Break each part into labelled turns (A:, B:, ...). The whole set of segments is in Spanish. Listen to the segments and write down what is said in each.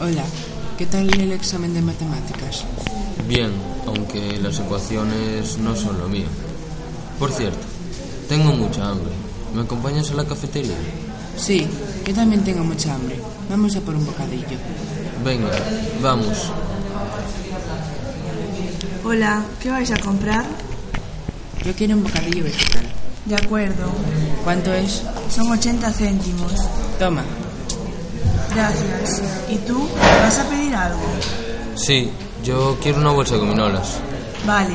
A: Hola, ¿qué tal el examen de matemáticas?
B: Bien, aunque las ecuaciones no son lo mío. Por cierto, tengo mucha hambre. ¿Me acompañas a la cafetería?
A: Sí, yo también tengo mucha hambre. Vamos a por un bocadillo.
B: Venga, vamos.
C: Hola, ¿qué vais a comprar?
A: Yo quiero un bocadillo vegetal.
C: De acuerdo,
A: ¿Cuánto es?
C: son 80 céntimos.
A: Toma,
C: Gracias. ¿Y tú? ¿Vas a pedir algo?
B: Sí, yo quiero una bolsa de gominolas.
C: Vale,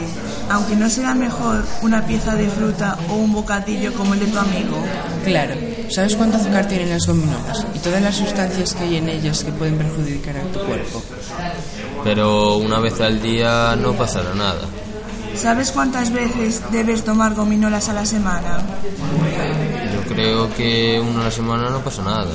C: aunque no será mejor una pieza de fruta o un bocadillo como el de tu amigo.
A: Claro, ¿sabes cuánto azúcar tienen las gominolas y todas las sustancias que hay en ellas que pueden perjudicar a tu cuerpo?
B: Pero una vez al día no pasará nada.
C: ¿Sabes cuántas veces debes tomar gominolas a la semana?
B: Yo creo que una a la semana no pasa nada.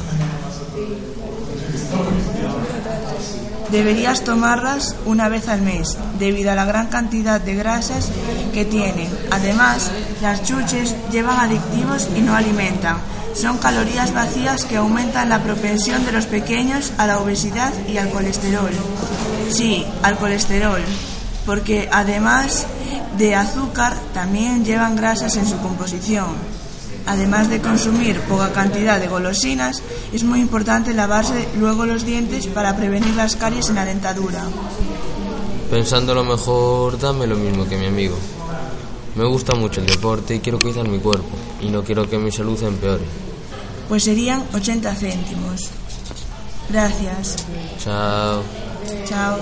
C: Deberías tomarlas una vez al mes, debido a la gran cantidad de grasas que tienen. Además, las chuches llevan adictivos y no alimentan. Son calorías vacías que aumentan la propensión de los pequeños a la obesidad y al colesterol. Sí, al colesterol, porque además de azúcar también llevan grasas en su composición. Además de consumir poca cantidad de golosinas, es muy importante lavarse luego los dientes para prevenir las caries en la dentadura.
B: Pensándolo mejor, dame lo mismo que mi amigo. Me gusta mucho el deporte y quiero cuidar mi cuerpo y no quiero que mi salud empeore.
C: Pues serían 80 céntimos. Gracias.
B: Chao.
C: Chao.